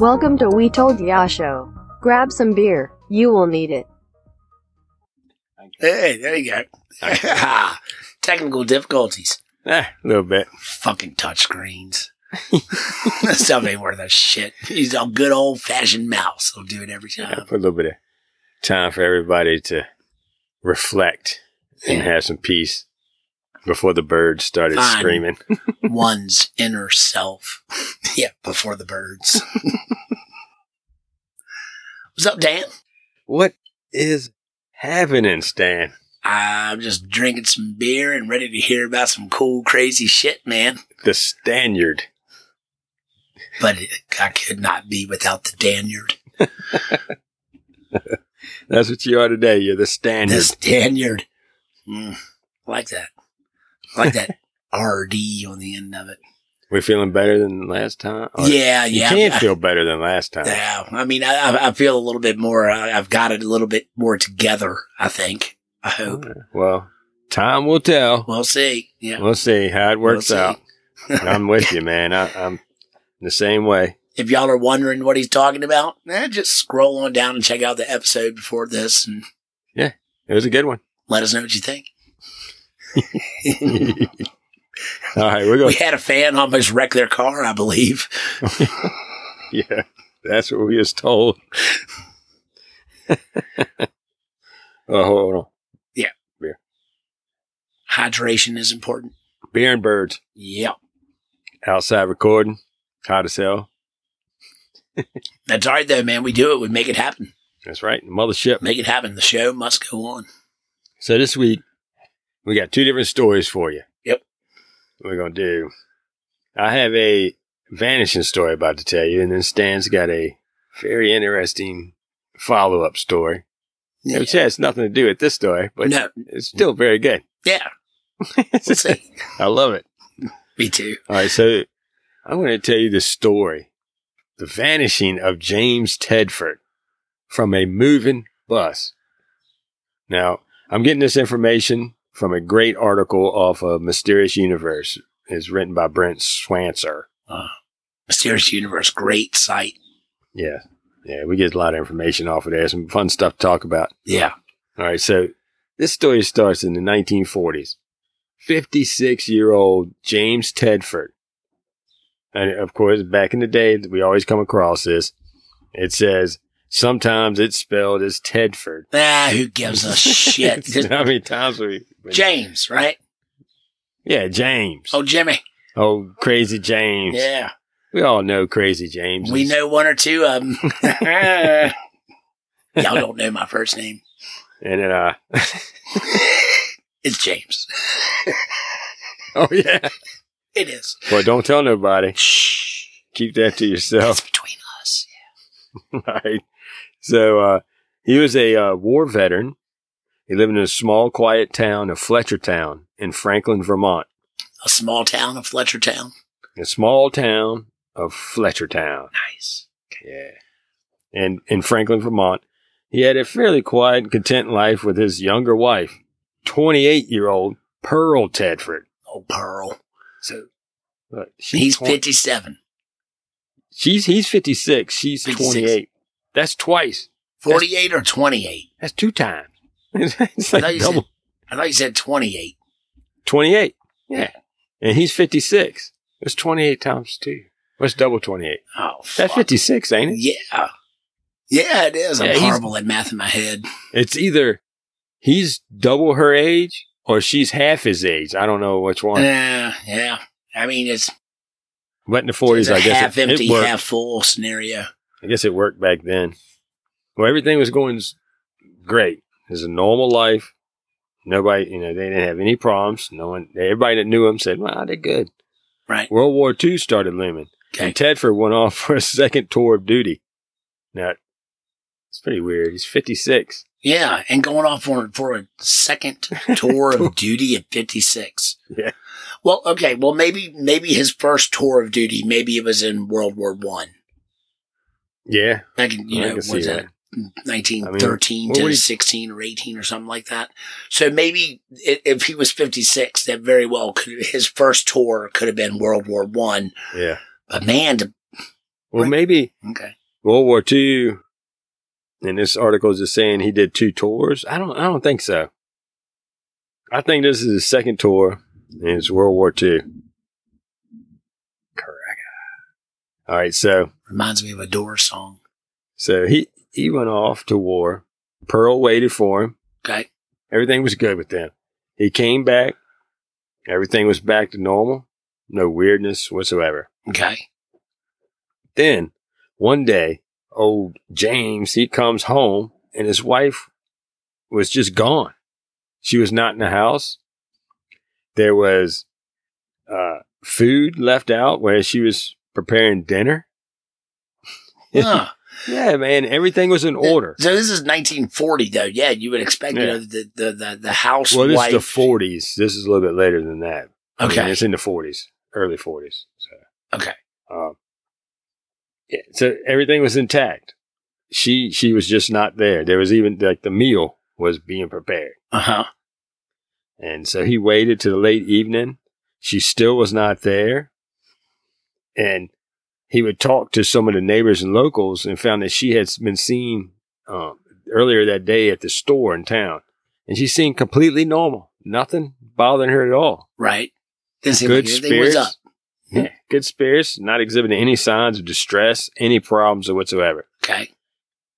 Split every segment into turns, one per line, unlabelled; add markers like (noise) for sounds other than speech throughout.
Welcome to We Told Ya Show. Grab some beer. You will need it.
Hey, there you go. (laughs) Technical difficulties.
Eh, a little bit.
Fucking (laughs) touchscreens. that stuff ain't worth a shit. Use a good old fashioned mouse. I'll do it every
I
time.
put a little bit of time for everybody to reflect and
Yeah.
have some peace before the birds started
Fine.
screaming.
One's inner self. (laughs) yeah, before the birds. (laughs) What's up, Dan?
What is happening, Stan?
I'm just drinking some beer and ready to hear about some cool, crazy shit, man.
The Stanyard.
But it, I could not be without the Danyard.
That's what you are today. You're the
(laughs)
Stanyard.
This Danyard. Mm, I like that. I like
(laughs)
that RD on the end of it.
We're feeling better than last time. Or-
yeah,
You
yeah.
can
I-
feel better than last time.
Yeah, I mean, I, I- I feel a little bit more. I, I've got it a little bit more together. I think. I hope.
Well, time will tell.
We'll see. Yeah,
We'll see how it works
We'll see.
out.
(laughs)
I'm with you, man. I, I'm the same way.
If y'all are wondering what he's talking about, eh, just scroll on down and check out the episode before this, and
It was a good one.
let us know what you think.
(laughs) All right, we're going.
We (laughs) had a fan almost wreck their car, I believe.
Yeah, that's what we was
(laughs)
told. oh, hold on.
Hydration is important.
Beer and birds
Yep.
outside recording. Hot as hell.
That's all right though, man. We do it. We make it happen.
That's right. Mothership.
Make it happen. The show must go on.
So this week we got two different stories for you.
Yep.
We're gonna do. I have a vanishing story about to tell you, and then Stan's got a very interesting follow-up story, which has nothing to do with this story, but
no.
it's still very good.
(laughs) Yeah.
(laughs)
We'll see.
I love it.
Me too.
All right, so I'm going to tell you the story the vanishing of James Tedford from a moving bus. Now, I'm getting this information from a great article off of Mysterious Universe. It's written by Brent Swanser.
Mysterious Universe, great site.
Yeah. Yeah, we get a lot of information off of there. Some fun stuff to talk about.
Yeah.
All right, so this story starts in the 1940s. 56 year old James Tedford. And of course, back in the day, we always come across this. It says, sometimes it's spelled as Tedford.
Ah, who gives a shit?
(laughs) You know
Just
How many times we.
James, right?
yeah, James.
Oh,
Oh,
Jimmy.
crazy James.
Yeah.
We all know crazy James.
We know one or two of
(laughs)
them. Y'all don't know my first name.
And then,
(laughs)
uh,
It's James.
oh, yeah.
It is.
Well, don't tell nobody.
Shh.
Keep that to yourself.
It's between us.
(laughs) right? So uh, he was a uh, war veteran. He lived in a small, quiet town of Fletchertown in Franklin, Vermont.
A small town of Fletchertown.
A small town of Fletchertown.
Nice.
Yeah. And in Franklin, Vermont, he had a fairly quiet and content life with his younger wife, 28 year old Pearl Tedford.
Oh, Pearl. So
Look, she's
he's
twen-
57.
She's, he's 56. She's
56.
28. That's twice.
48 or 28?
That's two times. (laughs) it's
I thought
like
you said-
double.
I thought you said 28.
28. Yeah. And he's 56. That's 28 times two. What's double 28?
Oh, fuck.
That's 56, ain't it?
Yeah. Yeah, it is. I'm
Yeah, he's-
horrible at math in my head.
It's either he's double her age or she's half his age. I don't know which one.
Yeah, yeah. I mean, it's
But in the 40s, I
It's a
guess
half
it,
empty,
it worked.
half full scenario.
I guess it worked back then. Well, everything was going s- great. It was a normal life. Nobody, you know, they didn't have any problems. No one, everybody that knew him said, well, they're good.
Right.
World War II started looming.
Okay.
And Tedford went off (laughs) for a second tour of duty. Now, it's pretty weird. He's 56.
Yeah, and going off on for a
(laughs)
second tour of duty at 56.
Yeah.
Well, okay. Well, maybe maybe his first tour of duty, maybe it was in World War One.
Yeah.
I can, you
I
know,
can
was
see
that
that.
1913
what would
to
he-
16 or 18 or something like that? So maybe i if he was 56, that very well could his first tour could have been World War One.
Yeah.
But man, to
Well,
Right.
maybe
Okay.
World War II. And this article is just saying he did two tours. I don't. I don't think so. I think this is his second tour, and it's World War II. Correct. All right. So
Reminds me of a Doors song.
so he he went off to war. Pearl waited for him.
Okay.
Everything was good with them. He came back. Everything was back to normal. No weirdness whatsoever. (laughs)
Okay.
Then one day, old James, he comes home and his wife was just gone. She was not in the house. There was uh, food left out where she was preparing dinner.
Huh.
(laughs) Yeah, man, everything was in order.
So this is 1940, though. Yeah, you would expect you
Yeah.
know, the, the the the housewife.
Well, this is the 40s. This is a little bit later than that. I mean,
Okay.
it's in the 40s, early 40s. So.
Okay.
Um, yeah, so everything was intact. She she was just not there. There was even like the meal was being prepared,
Uh huh.
and so he waited to the late evening. She still was not there, and he would talk to some of the neighbors and locals, and found that she had been seen um, earlier that day at the store in town, and she seemed completely normal. Nothing bothering her at all
Right. Didn't seem
good
like anything
spirits.
was up.
Yeah, good spirits, not exhibiting any signs of distress, any problems or whatsoever.
Okay.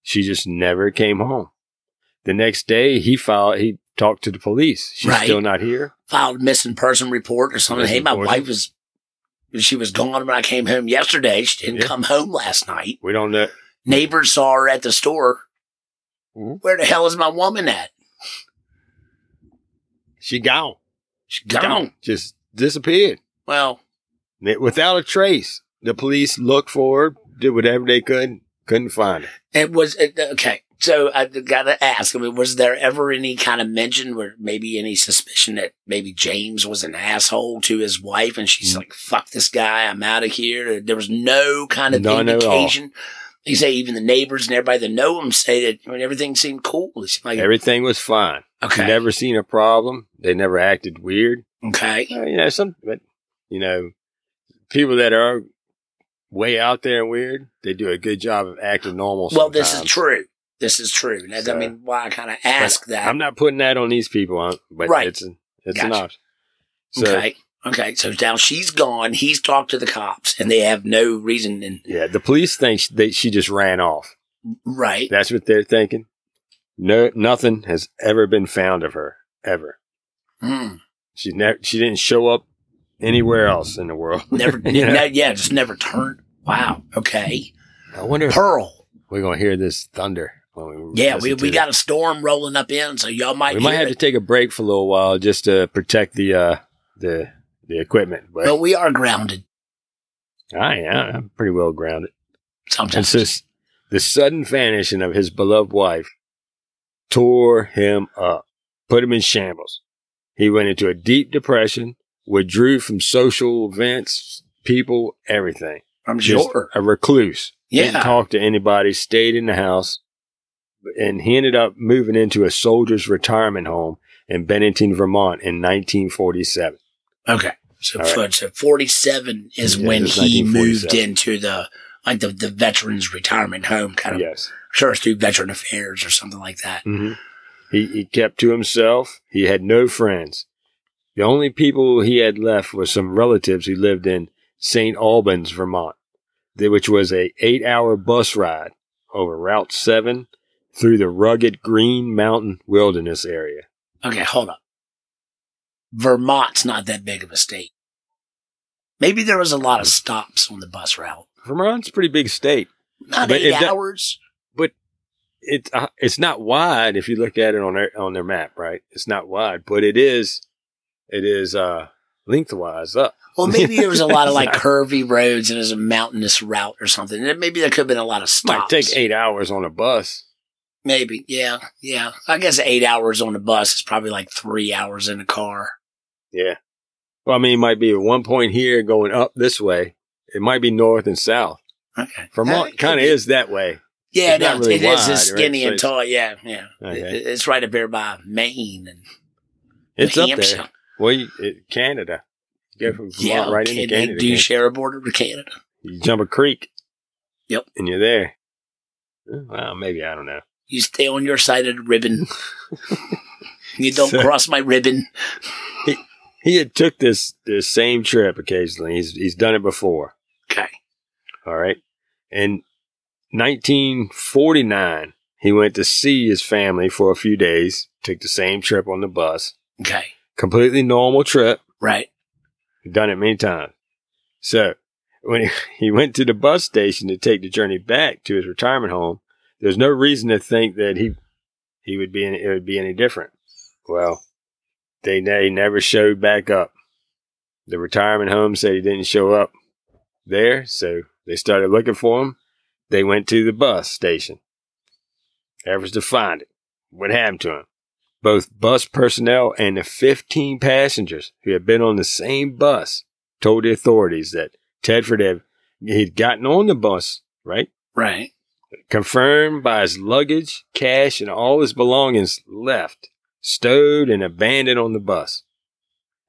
She just never came home. The next day, he filed. He talked to the police. She's
Right.
still not here.
Filed missing person report or something. hey,
Missing
my
person.
wife was she was gone when I came home yesterday. She didn't
Yeah.
come home last night.
We don't know.
Neighbors saw her at the store.
Mhm.
Where the hell is my woman at?
She gone.
She's gone.
Just disappeared
Well,
N- without a trace. The police looked for her, did whatever they could, couldn't find her.
It was it, okay. So I gotta ask. I mean, was there ever any kind of mention where maybe any suspicion that maybe James was an asshole to his wife, and
Mm.
she's like, "Fuck this guy, I'm out of here." There was no kind of
None at all.
indication. You say even the neighbors and everybody that know him say that I mean, everything seemed cool. It seemed like
Everything was fine.
okay,
Never seen a problem. They never acted weird.
okay,
Uh, you know, some, but you know, people that are way out there and weird, they do a good job of acting normal.
well, this is
sometimes.
true. This is true. And that's, I
So-
mean, why I kind of
But
ask that.
I'm not putting that on these people, huh? but
Right.
it's an, it's an
Gotcha.
option. So
okay, okay. So now she's gone. He's talked to the cops, and they have no reason. And
yeah, the police think sh- they, she just ran off.
right,
That's what they're thinking. No, nothing has ever been found of her ever.
Hmm.
She never, she didn't show up anywhere else in the world. (laughs)
Never,
You know?
yeah. yeah, just never turned. Wow. Okay.
I wonder if
Pearl.
we're gonna hear this thunder. When we
Yeah,
listen
we,
to
we
this.
got a storm rolling up in, so y'all might.
we might
hear
have
it.
to take a break for a little while just to protect the uh, the the equipment. But
but we are grounded
I am I'm pretty well grounded. And
sometimes.
so s- the sudden vanishing of his beloved wife tore him up, put him in shambles. He went into a deep depression, withdrew from social events, people, everything.
I'm
Just
sure.
a recluse. Didn't
Yeah.
talk to anybody, stayed in the house, and he ended up moving into a soldier's retirement home in Bennington, Vermont in 1947.
Okay. So,
All right.
fo- so 47 is
Yeah,
when
it's
he moved
1947.
into the like the, the veterans retirement home kind of.
Yes.
Sure, it's through Veteran Affairs or something like that.
hmm He, he kept to himself. He had no friends. The only people he had left were some relatives who lived in St. Albans, Vermont, th- which was a eight hour bus ride over Route 7 through the rugged Green Mountain Wilderness area.
Okay, hold up. Vermont's not that big of a state. Maybe there was a lot
Mm.
of stops on the bus route.
Vermont's a pretty big state.
Not
But
eight
if that-
hours.
it uh, it's not wide if you look at it on their on their map, right? It's not wide, but it is it is uh lengthwise up.
Well, maybe there was a lot of like
(laughs) Sorry.
curvy roads and there's a mountainous route or something. And maybe there could have been a lot of
Might
stops.
take eight hours on a bus.
Maybe, yeah, yeah. I guess eight hours on the bus is probably like three hours in the car.
Yeah. Well, I mean, it might be at one point here going up this way. It might be north and south.
Okay,
Vermont
That
kind of
could be-
is that way.
Yeah,
it's
it is.
not really
it is.
wide,
It's
right?
skinny
So
and
it's-
tall. Yeah, yeah.
Okay.
It- it- it's right up there by Maine and
It's
New
up
Hampshire.
there. Well, you, it, Canada. You go from Vermont
Yeah,
right
okay,
into
they
Canada.
do
can't you?
share a border with Canada.
you jump a creek.
Yep.
And you're there. Well, maybe I don't know.
You stay on your side of the
(laughs)
ribbon. you don't
So-
cross my ribbon.
He had took this this same trip occasionally. He's he's done it before.
Okay.
All right. In 1949, he went to see his family for a few days. Took the same trip on the bus.
Okay.
Completely normal trip.
Right.
Done it many times. So when he, (laughs) he went to the bus station to take the journey back to his retirement home, there's no reason to think that he he would be any, it would be any different. Well, they they never showed back up. The retirement home said he didn't show up there, so they started looking for him. They went to the bus station. Averaged to find it. What happened to him? Both bus personnel and the 15 passengers who had been on the same bus told the authorities that Tedford had he'd gotten on the bus, right?
Right.
Confirmed by his luggage, cash, and all his belongings left, stowed and abandoned on the bus,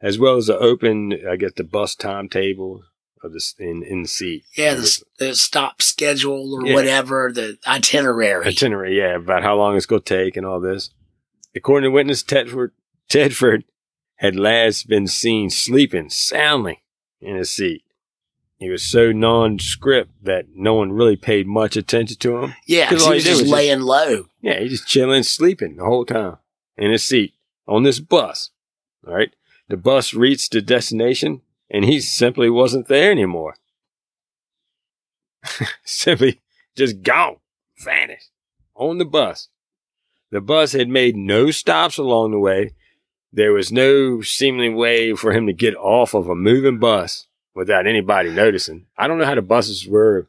as well as the open, I guess, the bus timetable of this in in the seat.
Yeah. The, s- the stop schedule or
Yeah.
whatever, the itinerary.
itinerary, yeah, about how long it's going to take and all this. According to witness, Tedford, Tedford had last been seen sleeping soundly in his seat. He was so nondescript that no one really paid much attention to him.
yeah.
'Cause
'cause
all
he
you
was
do
just
is just-
laying low.
Yeah, he just chilling, sleeping the whole time in his seat on this bus. All right. The bus reached the destination and he simply wasn't there anymore. (laughs) simply just gone, vanished on the bus. The bus had made no stops along the way. There was no seemly way for him to get off of a moving bus without anybody noticing. I don't know how the buses were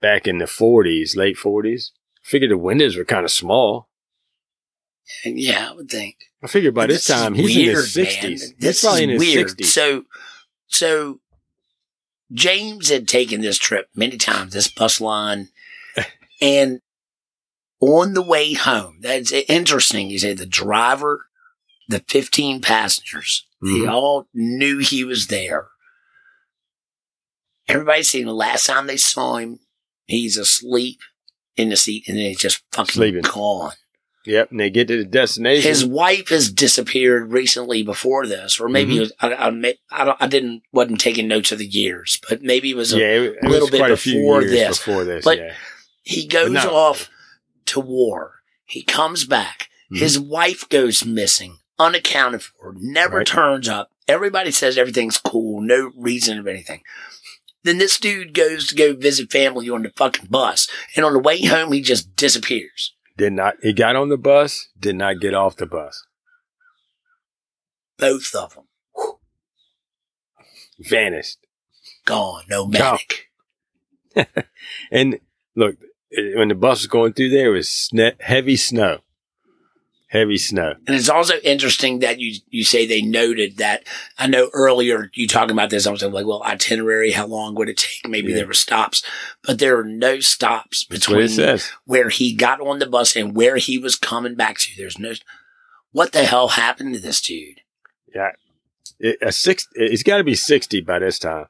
back in the 40s, late 40s figured the windows were kind of small.
And yeah, I would think.
I figured by this,
is
time he's in his
weird, man.
sixties.
This
He's probably in
is
his
weird.
sixties.
So, so James had taken this trip many times, this bus line,
(laughs)
and on the way home, that's interesting. You say the driver, the fifteen passengers, they
Mhm.
all knew he was there. Everybody seen the last time they saw him, he's asleep in the seat, and then he's just fucking
Sleeping.
gone.
Yep, and they get to the destination.
His wife has disappeared recently before this, or maybe it was, I, I, ma- I, don't, I didn't wasn't taking notes of the years, but maybe it was. A,
yeah, it, it
little
was
bit
quite a few
before
years
this.
Before this,
But-
yeah.
He goes
No.
off to war. He comes back.
Mhm.
His wife goes missing, unaccounted for, never
Right.
turns up. Everybody says everything's cool, no reason of anything. Then this dude goes to go visit family on the fucking bus, and on the way home he just disappears.
Did not. He got on the bus. Did not get off the bus.
Both of them
Vanished.
gone, nomadic.
And look, it- when the bus was going through there, it was sne- heavy snow. Heavy snow.
And it's also interesting that you you say they noted that. I know earlier you talking about this. I was like, well, itinerary. How long would it take? Maybe
Yeah.
there were stops, but there are no stops
That's what
between
it says.
where he got on the bus and where he was coming back to. There's no. What the hell happened to this dude?
It, a six. it- It's got to be sixty by this time.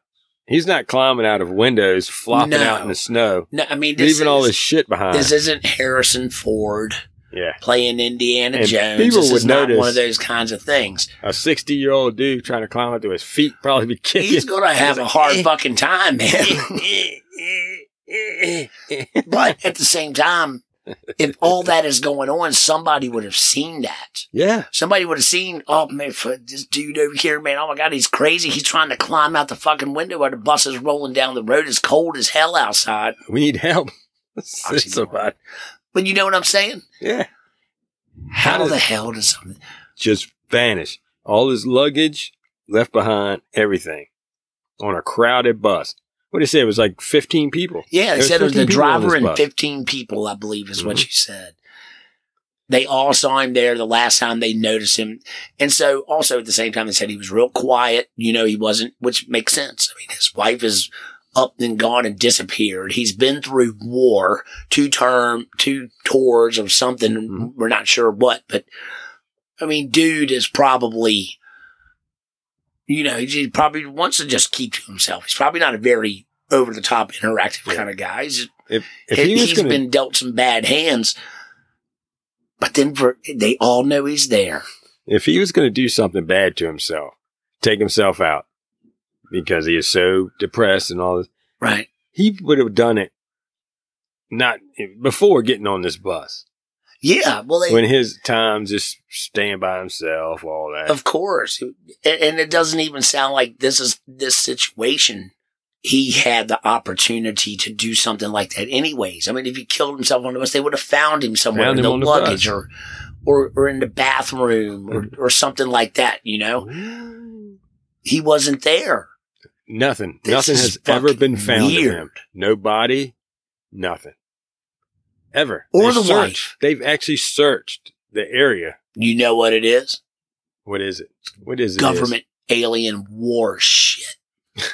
He's not climbing out of windows, flopping
No.
out in the snow.
No, I mean, this
leaving all
is-
this shit behind.
This isn't Harrison Ford
yeah,
playing Indiana
And
Jones.
people
This
would
is not
notice-
one of those kinds of
(laughs)
things.
a sixty-year-old dude trying to climb up to his feet probably be
He's
kicking.
gonna have a hard
Eh.
fucking time,
(laughs)
man. (laughs) But at the same time, if
(laughs)
all that is going on, somebody would have seen that.
yeah,
Somebody would have seen, oh man, for this dude over here, man, oh my god, he's crazy. He's trying to climb out the fucking window while the bus is rolling down the road. It's cold as hell outside.
we
(laughs)
need help. (laughs) Assist somebody.
But you know what I'm saying?
Yeah,
How,
How
the
does-
hell does something
just vanish. All his luggage left behind, everything on a crowded bus. What did they say? It was like fifteen people.
Yeah, they
There's
said it was the
15 people on
driver
this
and
bus.
15 people, I believe, is what
Mhm.
you said. They all saw him there the last time they noticed him. And so, also at the same time, they said he was real quiet. You know, he wasn't, which makes sense. I mean, his wife is up and gone and disappeared. He's been through war, two term, two tours of something.
Mhm.
We're not sure what, but I mean, dude is probably, you know, he just probably wants to just keep to himself. He's probably not a very over the top interactive kind of guy. He's just
If if
He,
he was
has
going to
been dealt some bad hands, but then for, they all know he's there.
if he was going to do something bad to himself, take himself out because he is so depressed and all this,
Right.
he would have done it not before getting on this bus.
Yeah. Well, they,
When his time just staying by himself, all that.
Of course. And, and it doesn't even sound like this is this situation. He had the opportunity to do something like that anyways. I mean, if he killed himself on the bus, they would have found him somewhere
Found
in
him
the
on the
luggage
bus.
or, or, or in the bathroom or,
Mm-hmm.
or something like that, you know? He wasn't there.
Nothing.
This
nothing
is
has ever
fucking
been found
weird.
of him. No body, nothing. Ever.
Or the
searched.
wife.
They've actually searched the area.
You know what it is?
What is it? What is it? is?
Government alien war shit.
(laughs)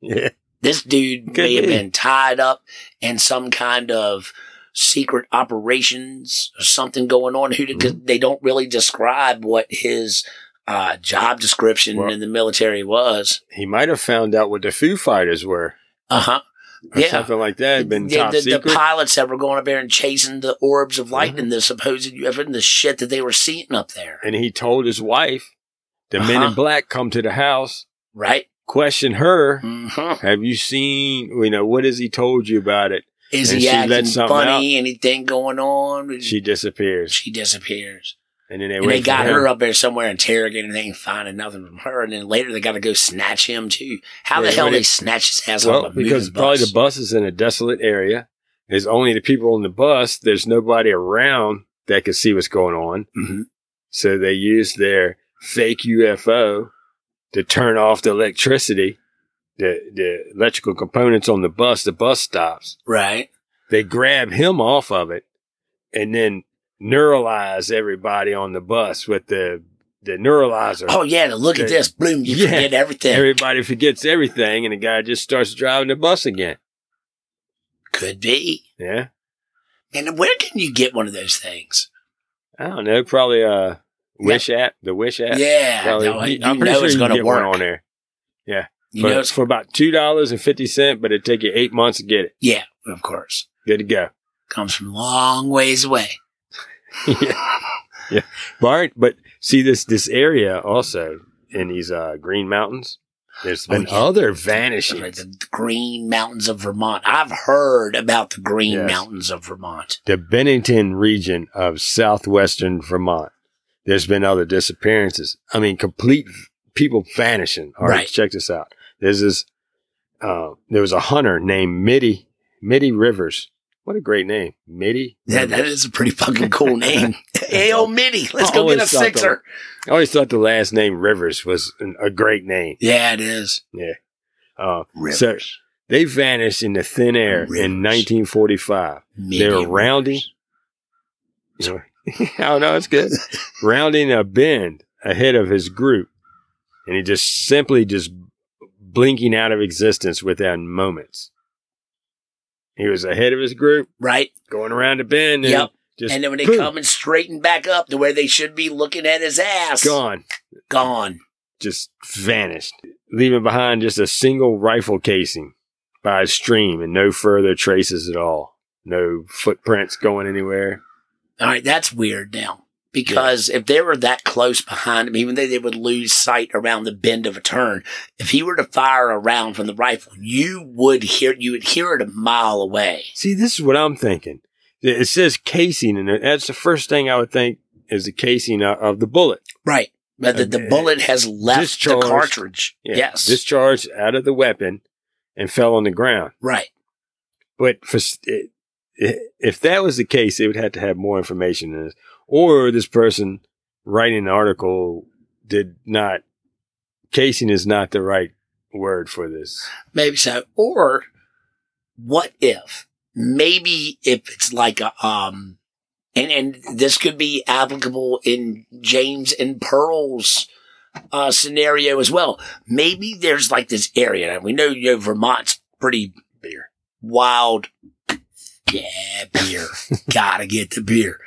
Yeah.
This dude
Could
may have
be.
been tied up in some kind of secret operations or something going on.
Mm-hmm.
Who because they don't really describe what his uh, job description
Well-
in the military was.
He might have found out what the Foo Fighters were
Uh huh.
or
Yeah.
something like that. Had been top
the, the
secret. Mm-hmm.
pilots that were going up there and chasing the orbs of light and the supposed UFO and the shit that they were seeing up there,
and he told his wife, the men in
Uh-huh.
black come to the house,
right?
question her.
hmm
Have you seen, you know, what has he told you about it?
Is
And
he
she let
acting
something
funny? Anything going on?
She disappears.
she disappears.
And then they,
And
wait
they
for
got her
him.
up there somewhere interrogating. They ain't finding nothing from her, and then later they got to go snatch him too. How
Yeah,
the hell
but
they
it-
snatch his ass
Well,
off a
because
moving
probably
bus?
the bus is in a desolate area. There's only the people on the bus. There's nobody around that could see what's going on.
Mhm.
So they use their fake UFO to turn off the electricity, the, the electrical components on the bus. The bus stops.
right?
They grab him off of it and then neuralize everybody on the bus with the, the neuralizer.
Oh yeah, now look at
They-
this, bloom. You
Yeah.
forget everything.
Everybody forgets everything and the guy just starts driving the bus again.
Could be.
Yeah.
And where can you get one of those things?
I don't know. Probably uh Wish app, the Wish app.
Yeah,
Probably-
no, you,
I'm
you
pretty
know
sure
it's
you
going
can
to
get one
work.
on there.
you
but
know, it's,
for about two dollars and fifty cent, but it'd take you eight months to get it.
yeah, of course,
Good to go. (laughs)
comes from long ways away.
yeah. yeah. Bart, but see this this area also in these uh Green Mountains. There's
Oh,
been
yeah.
other
It's
vanishings.
like the Green Mountains of Vermont. I've heard about the Green
Yes.
Mountains of Vermont.
the Bennington region of southwestern Vermont. There's been other disappearances. I mean, complete people vanishing. All right,
Right.
check this out. There's this. Uh, there was a hunter named Mitty Mitty Rivers. What a great name, Mitty.
That, that is a pretty fucking
(laughs)
cool name. hey, old Mitty, let's go
Always
get a
something.
sixer.
I always thought the last name Rivers was an, a great name.
Yeah, it is.
Uh,
Rivers.
So- they vanished into thin air
Rivers.
in 1945.
Many
they're rounding.
rivers.
You know, (laughs) oh no, it's good. Rounding a bend ahead of his group, and he just simply just blinking out of existence within moments. He was ahead of his group,
Right?
going around a bend, and
Yep.
just
And then when they
boom,
come and straighten back up to where they should be looking at his ass,
gone,
Gone.
just vanished, leaving behind just a single rifle casing by a stream, and no further traces at all. No footprints going anywhere.
All right, that's weird now. Because if they were that close behind him, even though they would lose sight around the bend of a turn, if he were to fire a round from the rifle, you would hear you would hear it a mile away.
See, this is what I'm thinking. It it says casing, and that's the first thing I would think is the casing o- of the bullet.
Right. But the, the
Uh,
bullet has left
discharged.
the cartridge.
Yeah,
yes.
Discharged out of the weapon and fell on the ground.
right.
But for, s- it, i if that was the case, it would have to have more information in this. Or this person writing the article did not, casing is not the right word for this.
Maybe so. Or what if maybe if it's like a um and and this could be applicable in James and Pearl's uh scenario as well. Maybe there's like this area. and we know you know Vermont's pretty beer. Wild Yeah, beer. Gotta get the beer.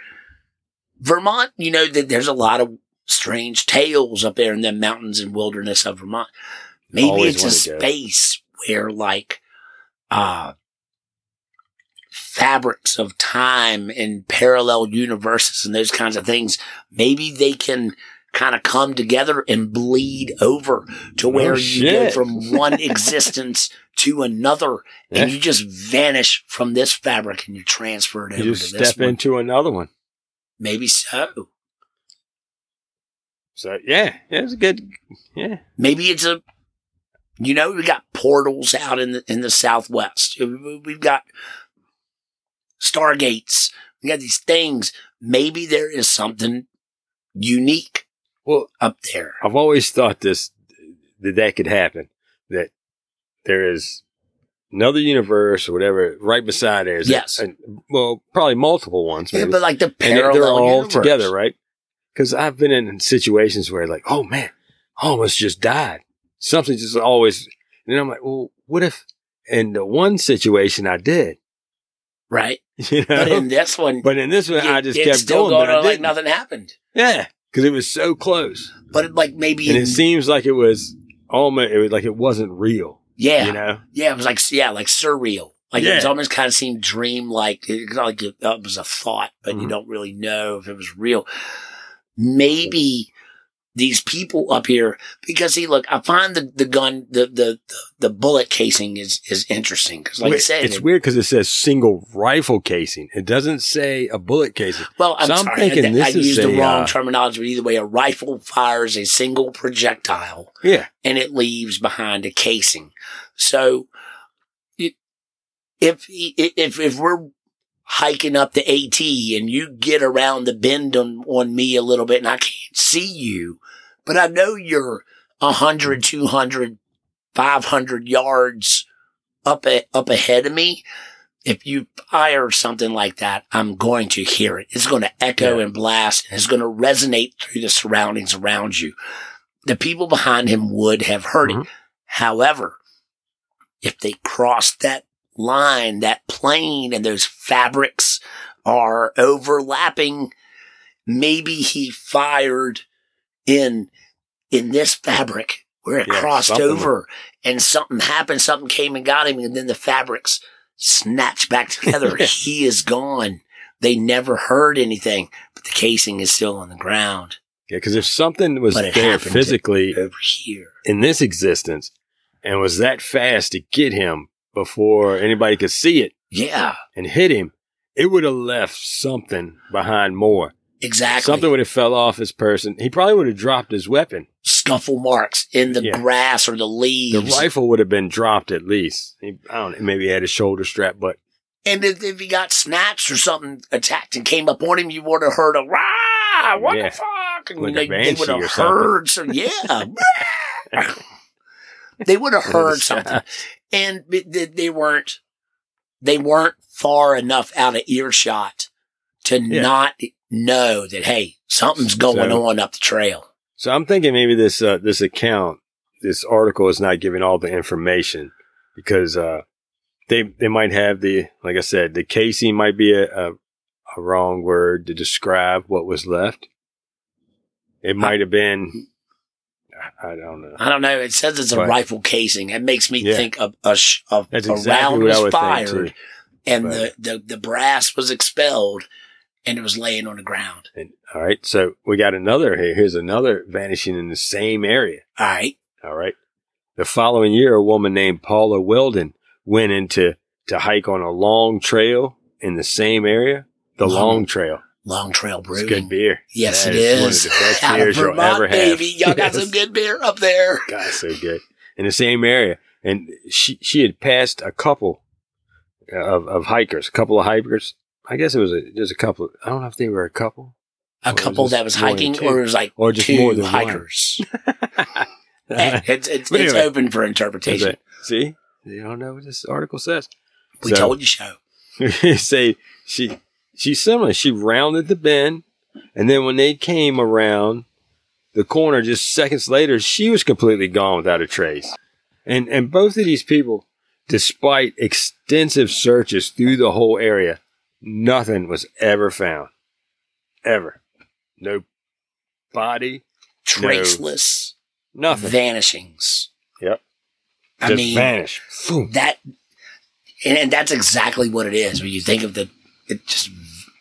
Vermont, you know that there's a lot of strange tales up there in the mountains and wilderness of Vermont. Maybe it's
Always
a
wanted to go.
space where like uh fabrics of time and parallel universes and those kinds of things, maybe they can kind of come together and bleed over to where you go
Oh, shit.
from one
(laughs)
existence to another and
Yeah.
you just vanish from this fabric and you transfer it over
You just
to this
step
one.
into another one.
Maybe so.
So yeah, yeah, it's a good. Yeah,
Maybe it's a, you know, we got portals out in the in the Southwest. We've got stargates. We got these things. Maybe there is something unique.
Well-
up there.
I've always thought this that that could happen. That there is another universe or whatever right beside there. Is
Mm-hmm. Yes.
and- well, probably multiple ones.
Yeah,
Maybe.
but like the
and they're-
parallel
they're all
universe.
together, right? Because I've been in situations where like, oh man, I almost just died. Something just always, and then I'm like, well, what if? In the one situation, I did. (laughs)
right?
You know? (laughs)
But in this one,
But in this one, I just
it's
kept
still going,
going, but I
on like
didn't.
nothing happened.
Yeah, because it was so close,
But like maybe,
and
in-
it seems like it was almost it was like it wasn't real.
yeah,
You know,
yeah, it was like yeah, like surreal. Like it was
Yeah.
almost kind of seemed dream like it like it, uh, it was a thought, but you
Mhm.
don't really know if it was real. Maybe these people up here because see, look, I find the the gun the the the, the bullet casing is is interesting because like I
Wait,
said,
it's
it-
weird because it says single rifle casing. It doesn't say a bullet casing.
well, I'm,
so I'm
sorry,
thinking
I,
this
I
is
used the
a,
wrong
uh,
terminology. But either way, a rifle fires a single projectile.
Yeah,
and it leaves behind a casing. So it, if, if, if we're hiking up the AT and you get around the bend on, on me a little bit and I can't see you, but I know you're 100, 200, 500 yards up, a, up ahead of me. If you fire something like that, I'm going to hear it. It's going to echo
Yeah.
and blast and it's going to resonate through the surroundings around you. The people behind him would have heard it.
Mhm.
However, if they cross that line, that plane, and those fabrics are overlapping, maybe he fired in in this fabric where it
Yeah,
crossed
something.
over and something happened, something came and got him, and then the fabrics snatched back
(laughs)
together. he is gone. They never heard anything, but the casing is still on the ground
yeah. Because if something was
But it
there
happened.
physically
over here.
in this existence, and was that fast to get him before anybody could see it
Yeah,
and hit him, it would have left something behind more.
exactly.
Something would have fell off his person. He probably would have dropped his weapon.
scuffle marks in the
Yeah.
grass or the
The
leaves.
rifle would have been dropped at least. He, I don't know. Maybe he had a shoulder strap, but
and if, if he got snatched or something attacked and came up on him, you would have heard a rah, what
Yeah.
the fuck? And
Like a
they, they would
banshee
have
or something.
heard some,
(laughs)
yeah. they would have heard something. And they- they, they weren't, they weren't far enough out of earshot to
Yeah.
not know that, hey, something's going
So-
on up the trail.
So I'm thinking maybe this uh, this account, this article is not giving all the information because uh, they they might have the like I said, the casing might be a, a, a wrong word to describe what was left. It might have been, I I don't know.
I don't know. It says it's a
Right.
rifle casing. It makes me
Yeah.
think of a, sh- of
That's
a
exactly
round
what I
was
would
fired.
think too.
and
Right.
the, the the brass was expelled and it was laying on the ground.
And, all right, so we got another here. Here's another vanishing in the same area.
All right.
All right. The following year, a woman named Paula Weldon went into to hike on a long trail in the same area. The
Long-
Long Trail.
Long Trail Brewing.
It's good beer.
Yes,
That
it is.
One of the
(laughs)
best
Out of
beers you'll
Vermont,
ever have.
baby. Y'all got
Yes.
some good beer up there.
God, so good. In the same area, and she she had passed a couple of, of hikers, a couple of hikers. I guess it was a, just a couple. I don't know if they were a couple.
A
Or
couple
just
that was
more than
hiking,
two.
or it was like
Or just
two
more than one. (laughs)
hikers. (laughs) Eh,
That's
it's it's,
But
it's
anyway.
open for interpretation.
it. See, you don't know what this article says.
We
So-
told you so.
(laughs) say she she's similar. She rounded the bend, and then when they came around the corner just seconds later, she was completely gone without a trace. And and both of these people, despite extensive searches through the whole area, nothing was ever found. Ever. No body,
Traceless
nothing.
vanishings.
Yep.
I
just
mean,
vanished. Phew.
that and, and that's exactly what it is. When you think of the, it just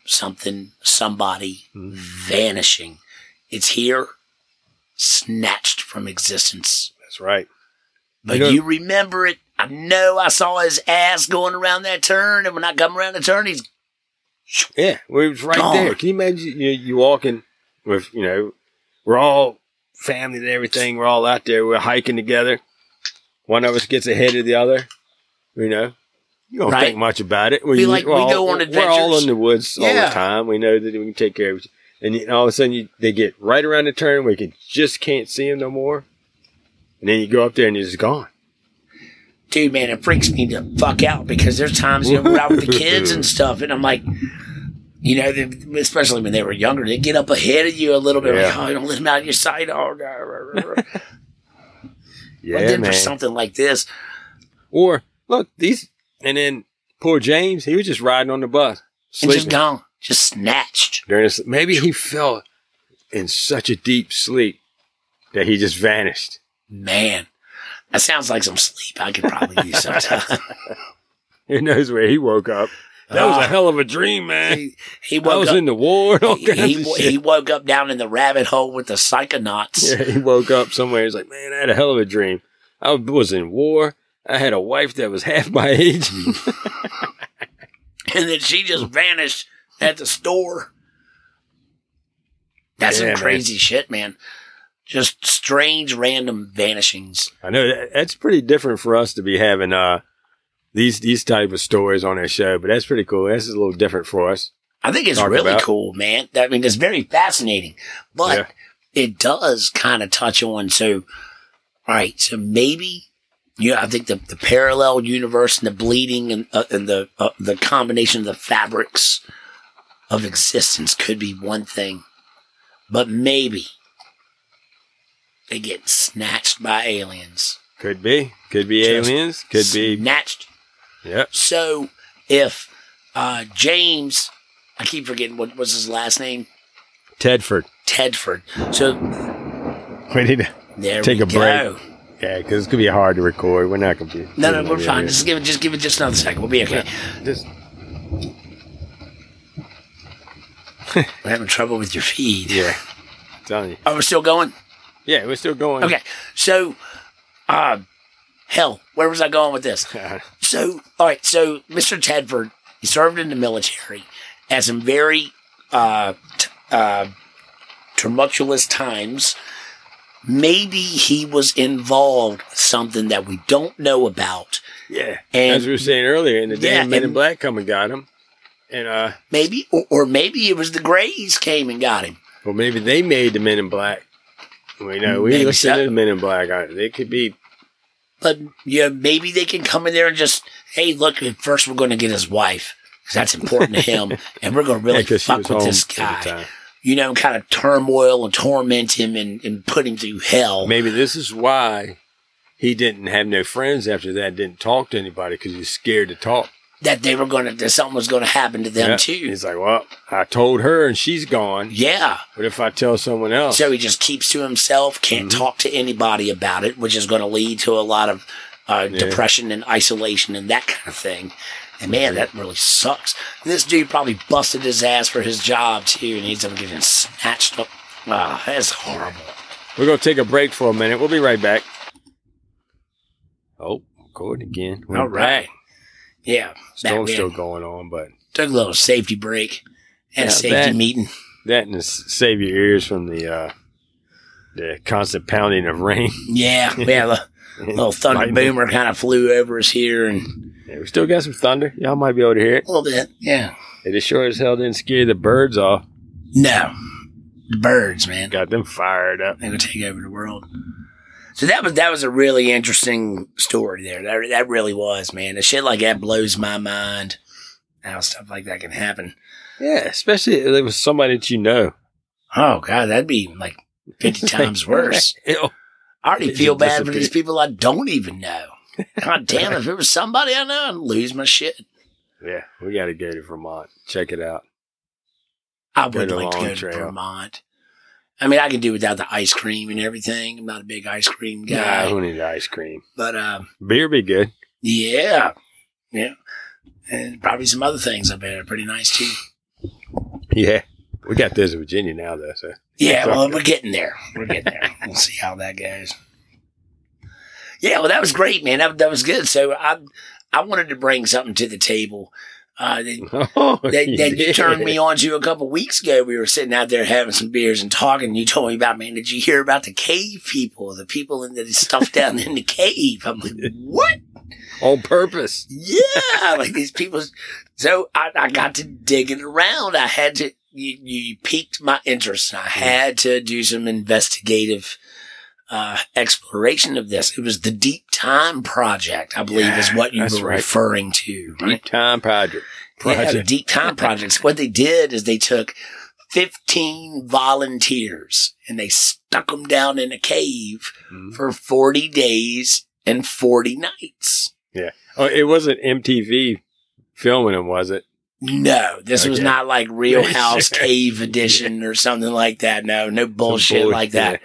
something, somebody
Mm-hmm.
vanishing. It's here, snatched from existence.
That's right.
But
You
you,
know-
remember it. I know I saw his ass going around that turn, and when I come around the turn, he's
Yeah, we was right
Gone.
there. Can you imagine you, you walking with you know, we're all family and everything. We're all out there. We're hiking together. One of us gets ahead of the other. You know, you don't
Right.
think much about it.
Be like, we
we're all-
go on
We're all
adventures.
in the woods all
Yeah.
the time. We know that we can take care of. Each, and you, all of a sudden, you, they get right around the turn where you can, just can't see them no more. And then you go up there and it's gone.
dude, man, it freaks me to fuck out because there's times you know we're out with the kids
(laughs)
and stuff, and I'm like, you know, they, especially when they were younger, they get up ahead of you a little bit. Like,
Yeah.
oh, don't let them out of your sight. Oh, no.
Yeah,
but then
man.
for something like this,
Or look, these and then poor James, he was just riding on the bus.
and
Sleeping.
just gone, just snatched.
During his, maybe he fell in such a deep sleep that he just vanished. (laughs)
Man, that sounds like some sleep. I could probably do
(laughs)
sometime.
Who knows where he woke up? That was
Ah.
a hell of a dream, man.
he, he
I
woke
was
up.
in the war. All
he,
kinds
he,
of
wo-
shit. (laughs)
he woke up down in the rabbit hole with the psychonauts.
yeah, he woke up somewhere. He's like, man, I had a hell of a dream. I was in war. I had a wife that was (laughs) half my age.
Hmm. (laughs) and then she just vanished at the store. That's
Yeah,
some crazy shit, man. Just strange, random vanishings.
(laughs) I know that, that's pretty different for us to be having uh these these type of stories on our show, but that's pretty cool. That's a little different for us.
I think it's
Talk
really
about-
cool, man. I mean, it's very fascinating, but
Yeah.
it does kind of touch on. So, all right, so maybe you know, I think the, the parallel universe and the bleeding and uh, and the uh, the combination of the fabrics of existence could be one thing, but maybe they get snatched by aliens.
Could be, could be
Just
aliens, could be,
snatched
yeah.
so if uh, James, I keep forgetting what was his last name,
Tedford.
Tedford. So
We need to-
there
Take
we
a
go.
Yeah, because it's gonna be hard to record. We're not gonna be.
No, no, we're
yeah,
fine.
yeah.
Just give it, just give it, just another second. We'll be okay.
Just-
We're having trouble with your feed.
yeah. Telling you.
Oh, we're still going.
Mm-hmm. Yeah, we're still going.
Okay, so, uh, hell, where was I going with this? So, all right, so Mr. Tedford, he served in the military at some very uh, t- uh, tumultuous times. Maybe he was involved with something that we don't know about.
(laughs) yeah.
And-
As we were saying earlier, and the
Yeah,
damn men in
and-
black come and got him, and uh,
Maybe, or, or maybe it was the Greys came and got him.
well, maybe they made the men in black. We know we
Maybe
listen
so.
to the men in black. uh, They could be.
But yeah, maybe they can come in there and just, hey, look, first we're going to get his wife because that's important to
(laughs)
him, and we're going to really
yeah, 'cause she was
fuck with
home
this
at the
guy.
time.
you know, kind of turmoil and torment him and, and put him through hell.
Maybe this is why he didn't have no friends after that. Didn't talk to anybody because he was scared to talk.
That they were going to, that something was going to happen to them
Yeah.
too.
He's like, well, I told her and she's gone.
Yeah.
What if I tell someone else?
So he just keeps to himself, can't
Mm-hmm.
talk to anybody about it, which is going to lead to a lot of uh,
Yeah.
depression and isolation and that kind of thing. And man, that really sucks. This dude probably busted his ass for his job too, and he's going to get snatched up. Ah, that's horrible.
We're going to take a break for a minute. We'll be right back. Oh, recording again. We're
All right.
back.
Yeah.
Storm's
Batman
still going on, but
took a little safety break and a
Yeah,
safety
that-
meeting.
that and s- save your ears from the uh, the constant pounding of rain. (laughs)
Yeah, yeah. the
Oh.
little thunder
Lightning.
boomer kind of flew over us here and
Yeah, we still got some thunder. Y'all might be able to hear it.
a little bit. Yeah.
It is sure as hell didn't scare the birds off.
No, the birds, man,
Got them fired up.
they're gonna take over the world. So that was that was a really interesting story there. That that really was, man. The shit like that blows my mind. How stuff like that can happen.
Yeah, especially if it was somebody that you know.
Oh god, that'd be like (laughs) fifty times
(laughs)
worse.
Ew.
I already
It
feel
just
bad for
disappeared.
these people I don't even know. God damn, if it was somebody I know, I'd lose my shit.
Yeah, we got to go to Vermont. Check it out.
I
Go
would
to
like to
Long
go to
Trail.
Vermont. I mean, I could do without the ice cream and everything. I'm not a big ice cream
Yeah,
guy,
who needs ice cream?
but um,
Beer be good.
yeah, and probably some other things up there. Pretty nice too.
(laughs) Yeah. We got this in Virginia now, though. So.
Yeah, well, we're getting there. We're getting there. we'll see how that goes. Yeah, well, that was great, man. That, that was good. So I, I wanted to bring something to the table. Uh, that,
(laughs) Oh,
that, that you
yeah.
turned me on to a couple weeks ago. We were sitting out there having some beers and talking. And you told me about, man, did you hear about the cave people, the people in the stuff down in the cave? I'm like, what?
on purpose.
yeah, like these people. So I, I got to digging around. I had to, you, you piqued my interest. I had to do some investigative uh, exploration of this. It was the Deep Time Project, I believe, is
Yeah,
what you
that's
were
right.
referring to. Right?
Deep time project.
Yeah, the
Project.
Deep Time Projects. What they did is they took 15 volunteers and they stuck them down in a cave
Mhm.
for 40 days and 40 nights.
Oh, it wasn't MTV filming them, was it?
No, this was
Okay.
not like Real
Yeah,
House
(laughs) sure.
Cave Edition or something like that. No, no bullshit
bull-
like that.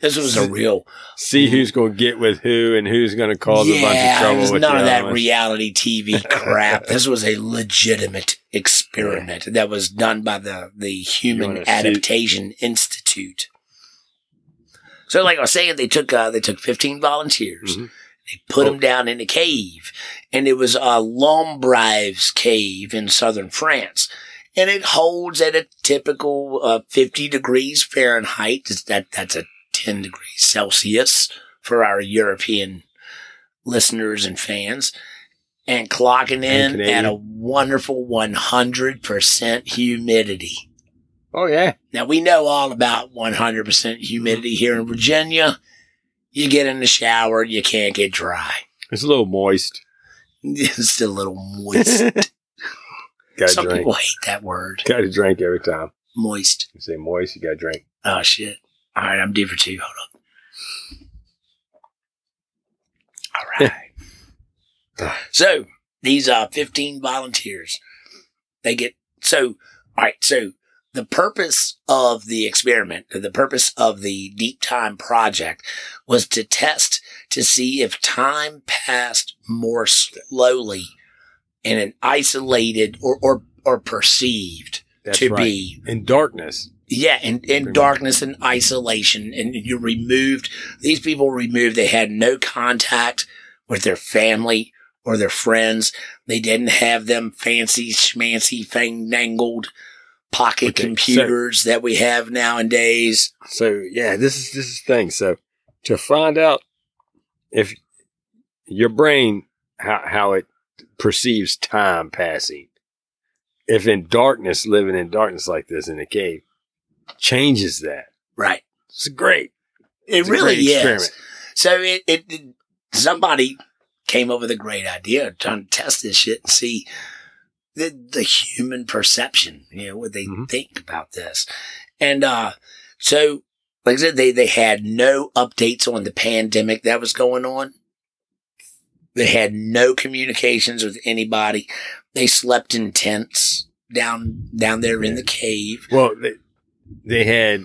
This was a real.
See who's going to get with who and who's going to cause a bunch of
yeah,
trouble
it was
with
none
the
of that
other ones.
reality TV
(laughs)
crap. this was a legitimate experiment that was done by the the
wanna
Human
see-
Adaptation Institute. So, like I was saying, they took uh, they took fifteen volunteers.
Mhm.
They put
Oh.
them down in a cave, and it was uh, Lombrives Cave in southern France, and it holds at a typical uh, fifty degrees Fahrenheit. That's- That that's a ten degrees Celsius for our European listeners and fans, and clocking
And
in
Canadian.
at a wonderful one hundred percent humidity.
Oh, yeah.
Now we know all about 100% humidity here in Virginia. You get in the shower, you can't get dry.
It's a little
(laughs)
moist.
It's still a little
(laughs)
moist.
Got to
Some
drink.
people hate that word,
Got to drink every time.
moist.
You say moist, you got to drink.
Oh shit! All right, I'm due for two. Hold on. All right. so these are 15 volunteers. They get so. All right. So the purpose of the experiment, the purpose of the deep time project, was to test to see if time passed more slowly in an isolated or or, or perceived
That's
to
right.
be
In darkness.
yeah, in, in
much.
darkness and isolation, and you removed these people removed. They had no contact with their family or their friends. They didn't have them fancy schmancy thing dangled pocket
Okay, so-
computers that we have nowadays.
So yeah, this is this is the thing. So to find out if your brain how how it perceives time passing, if in darkness, living in darkness like this in a cave, changes that.
Right.
It's great.
It
It's a
really
great
is.
experiment.
So it, it, it- somebody came up with a great idea trying to test this shit and see the the human perception, you know, what they
Mhm.
think about this. And uh so like I said, they they had no updates on the pandemic that was going on. They had no communications with anybody. They slept in tents down down there in the cave.
Well, they, they had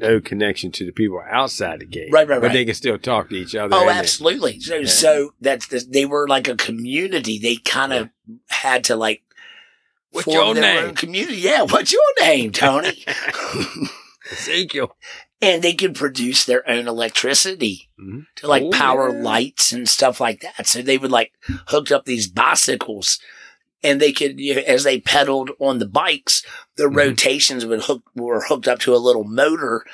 no connection to the people outside the cave,
Right, right,
But
right.
they could still talk to each other.
Oh,
and they-
absolutely. So,
Yeah.
so that's the, they were like a community. They kind of had to like
What's
form
your
their
name?
own community. Yeah, what's your name,
(laughs)
Tony?
Ezekiel.
and they could produce their own electricity
Mhm.
to like
Oh,
power
yeah.
lights and stuff like that. So they would like hooked up these bicycles. And they could, you know, as they pedaled on the bikes, the
Mhm.
rotations would hook were hooked up to a little motor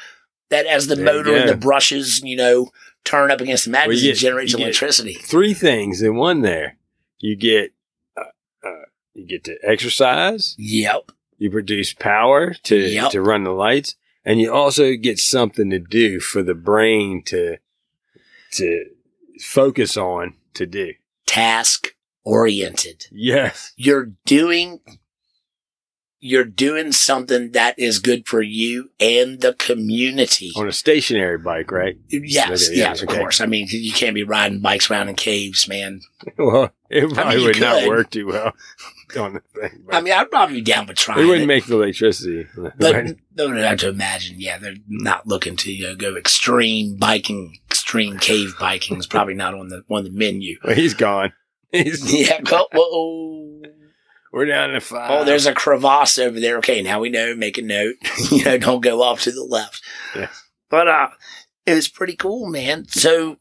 that, as the
There you
motor and
go.
the brushes, you know, turn up against the magnets,
you
it
get-
generates
you get-
electricity.
three things in one there. You get uh, uh, you get to exercise,
Yep.
you produce power to
Yep.
to run the lights, and you also get something to do for the brain to to focus on to do.
Task oriented.
Yes.
You're doing you're doing something that is good for you and the community.
On a stationary bike, right? (laughs)
Yes,
Okay, yeah,
yes, of
okay.
course. I mean, you can't be riding bikes around in caves, man.
Well, it probably
you
would not
could.
work too well (laughs) on the thing. but
I mean, I'd probably be down with trying.
it wouldn't
it,
make the electricity. (laughs)
but no, no, I have to imagine. Yeah, they're not looking to you know, go
(laughs)
extreme biking, extreme cave biking is probably not on the on the menu.
Well, he's gone. He's-
yeah. Go, whoa.
We're down to five.
Oh, there's a crevasse over there. Okay, now we know. Make a note. (laughs) you know, don't go off to the left.
Yeah.
But uh, it was pretty cool, man. So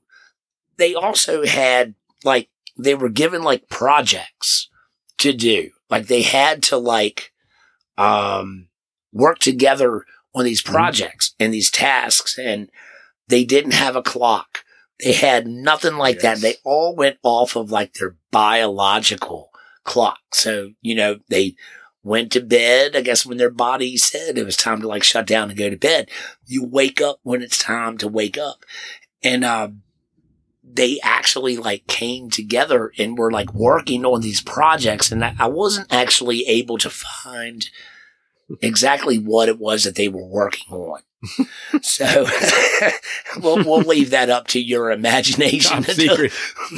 they also had like they were given like projects to do. Like they had to like um work together on these projects and these tasks, and they didn't have a clock. They had nothing like that.
Yes.
They all went off of like their biological clock. So, you know, they went to bed, I guess when their body said it was time to like shut down and go to bed. You wake up when it's time to wake up. And um they actually like came together and were like working on these projects and I, I wasn't actually able to find exactly what it was that they were working
(laughs)
on. so (laughs) we'll, we'll leave that up to your imagination. (laughs)
(laughs) top secret.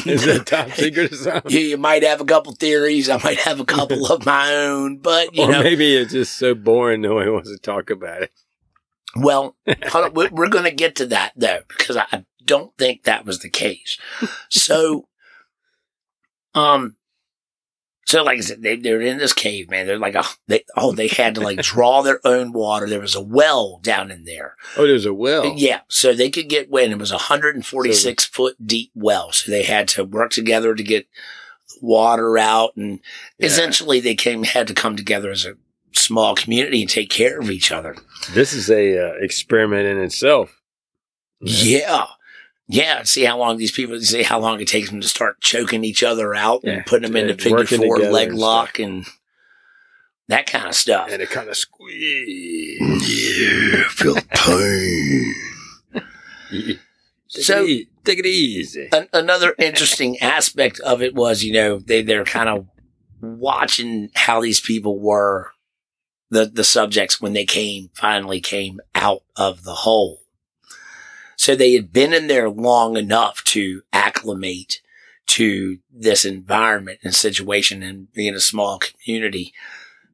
Is that top secret or something?
you, you might have a couple theories. I might have a
(laughs)
couple of my own, but you
or
know,
maybe it's just so boring no one wants to talk about it. (laughs)
well, hold on, we're, we're going to get to that though, because I, I don't think that was the case.
(laughs)
So, um, so like I said, they, they're in this cave, man. They're like, a, they, oh, they had to like draw their own water. There was a well down in there.
Oh, there's a well.
Yeah, so they could get wind. It was a 146 foot deep well, so they had to work together to get water out, and
Yeah.
essentially they came had to come together as a small community and take care of each other.
This is a uh, experiment in itself.
Yeah, yeah. See how long these people see how long it takes them to start choking each other out
Yeah.
and putting them into
And
figure
working
four
together
leg
and
lock and that kind of stuff.
And it kind of squeezed.
Yeah, feel pain.
Take
So-
it easy. take it easy.
an- another interesting aspect of it was, you know, they they're kind of watching how these people were the the subjects when they came finally came out of the hole. So they had been in there long enough to acclimate to this environment and situation and being a small community.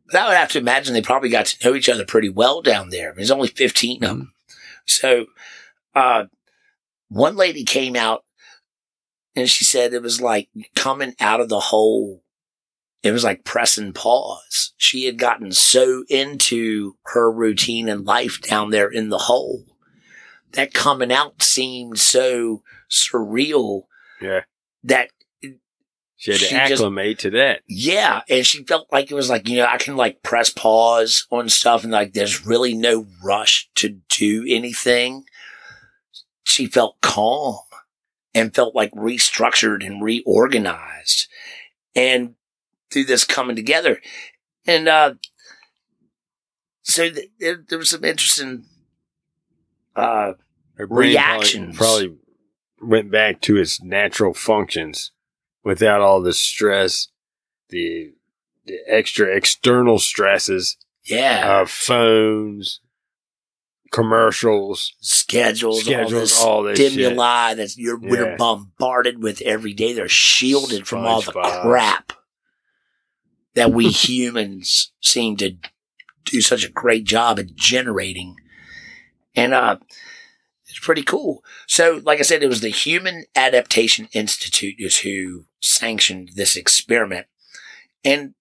But I would have to imagine they probably got to know each other pretty well down there. There's only 15 of them. So, uh, one lady came out and she said it was like coming out of the hole. It was like pressing pause. She had gotten so into her routine and life down there in the hole that coming out seemed so surreal
Yeah.
that
She had to
She just-
acclimate to that.
yeah, and she felt like it was like, you know, I can like press pause on stuff and like there's really no rush to do anything. She felt calm and felt like restructured and reorganized and through this coming together. And uh so th- there, there was some interesting uh
Her brain probably-
Reactions.
probably went back to its natural functions without all the stress, the the extra external stresses
yeah,
of phones, commercials,
schedules, all
schedules,
this
all this shit.
stimuli that you're we're
Yeah.
bombarded with every day. They're shielded from all the
SpongeBob.
crap that we (laughs) humans seem to do such a great job at generating. And uh it's pretty cool. So, like I said, it was the Human Adaptation Institute is who sanctioned this experiment. And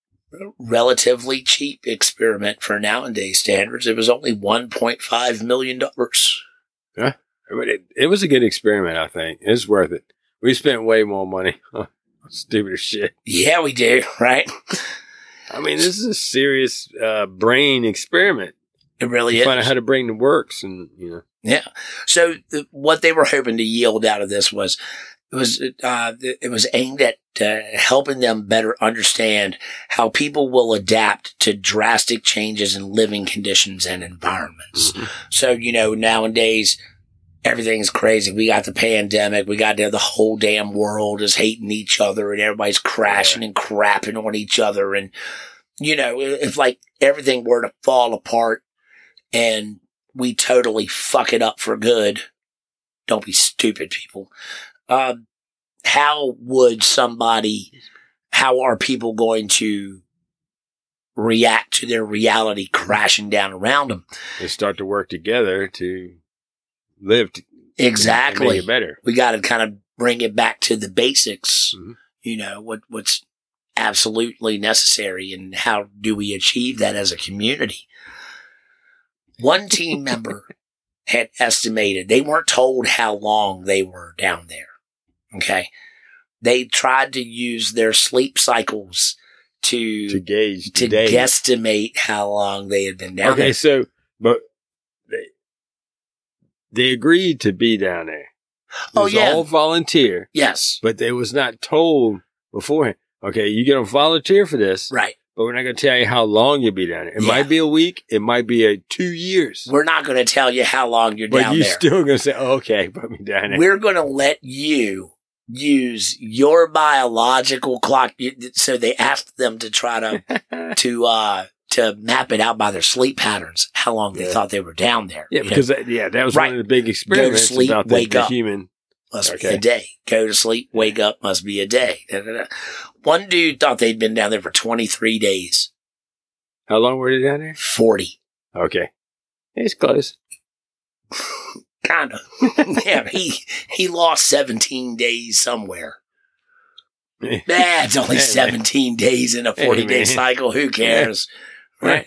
relatively cheap experiment for nowadays standards. It was only $1.5 million.
But it, it was a good experiment, I think. It's worth it. We spent way more money (laughs) on stupider shit.
Yeah, we do, (laughs) right?
I mean, this is a serious uh, brain experiment.
It really
You
is.
find out how to bring the works and, you know.
so th- what they were hoping to yield out of this was it was uh, th- it was aimed at uh, helping them better understand how people will adapt to drastic changes in living conditions and environments. So you know nowadays. Everything's crazy. We got the pandemic. We got the whole damn world is hating each other and everybody's crashing and crapping on each other. And, you know, i- if like everything were to fall apart and we totally fuck it up for good. Don't be stupid, people. Um, how would somebody, how are people going to react to their reality crashing down around them?
They start to work together to live to,
Exactly.
make it better.
we got to kind of bring it back to the basics.
Mhm.
you know, what, what's absolutely necessary and how do we achieve that as a community? One
(laughs)
team member had estimated they weren't told how long they were down there. Okay. They tried to use their sleep cycles to,
to
to,
gauge today.
guesstimate how long they had been down
okay,
there.
so but they they agreed to be down there. It
Oh,
was
yeah.
all volunteer,
Yes.
but they was not told beforehand. Okay, you gonna volunteer for this,
Right.
but we're not gonna tell you how long you'll be down there. It
Yeah.
might be a week, it might be a two years,
We're not going to tell you how long you're
but
down
you
there.
still gonna say, "Oh, okay, (laughs) put me down there.
We're going to let you use your biological clock. You- So they asked them to try
(laughs)
to to uh to map it out by their sleep patterns, how long they
Yeah.
thought they were down there.
yeah,
You know,
because that, yeah, that was
Right.
one of the big experiments
sleep,
about the,
wake
the
up.
human.
must be
Okay.
a day. Go to sleep, wake up, must be a day. Da, da, da. One dude thought they'd been down there for 23 days,
How long were they down there?
40.
Okay, it's close. (laughs)
Kind of. yeah, he he lost 17 days somewhere. Nah, it's only
Hey, man.
17 days in a 40 day
man.
cycle. Who cares? Right.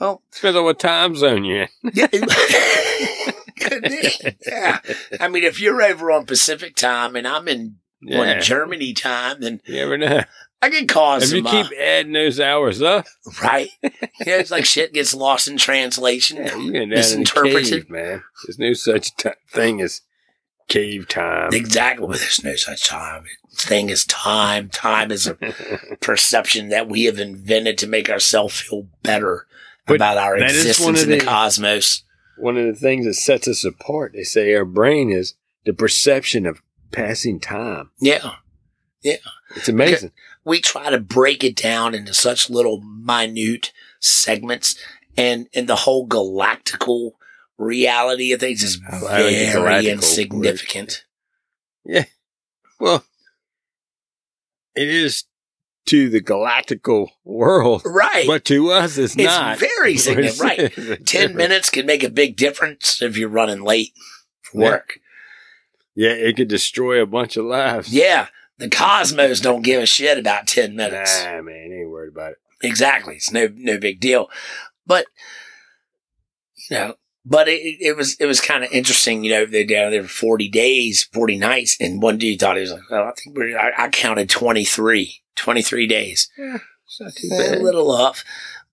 Well,
Depends on what time zone you're in.
yeah. (laughs) Could be. yeah. I mean, if you're over on Pacific time and I'm in well, in
Yeah,
Germany time, then
you never know.
(laughs) I can cause
If you
some, uh,
keep adding those hours
(laughs)
up,
right? yeah, it's like shit gets lost in translation.
yeah, you're gonna die in a
Misinterpreted.
cave, man. There's no such t- thing as cave time.
Exactly. Well, there's no such time. Thing is time. Time is
(laughs)
a perception that we have invented to make ourselves feel better
But
about our
that is one
existence
of
in the,
the-
cosmos.
One of the things that sets us apart, they say, our brain is the perception of passing time.
Yeah.
It's amazing.
we try to break it down into such little minute segments and and the whole galactical reality of things is
I like the
very
galactical
insignificant.
Well, it is to the galactical world,
Right.
but to us, it's,
it's
not. (laughs)
very significant. right. Ten minutes can make a big difference if you're running late for
Yeah.
work.
(laughs) Yeah, it could destroy a bunch of lives.
Yeah. The cosmos don't give a shit about ten minutes.
Nah, man, ain't worried about it.
Exactly. It's no no big deal. But you know, but it, it it was it was kind of interesting. You know, they're down there for forty days, forty nights, and one dude thought he was like, "Well, I think we're." I, I counted 23, 23 days,
It's not too
a
bad.
little off.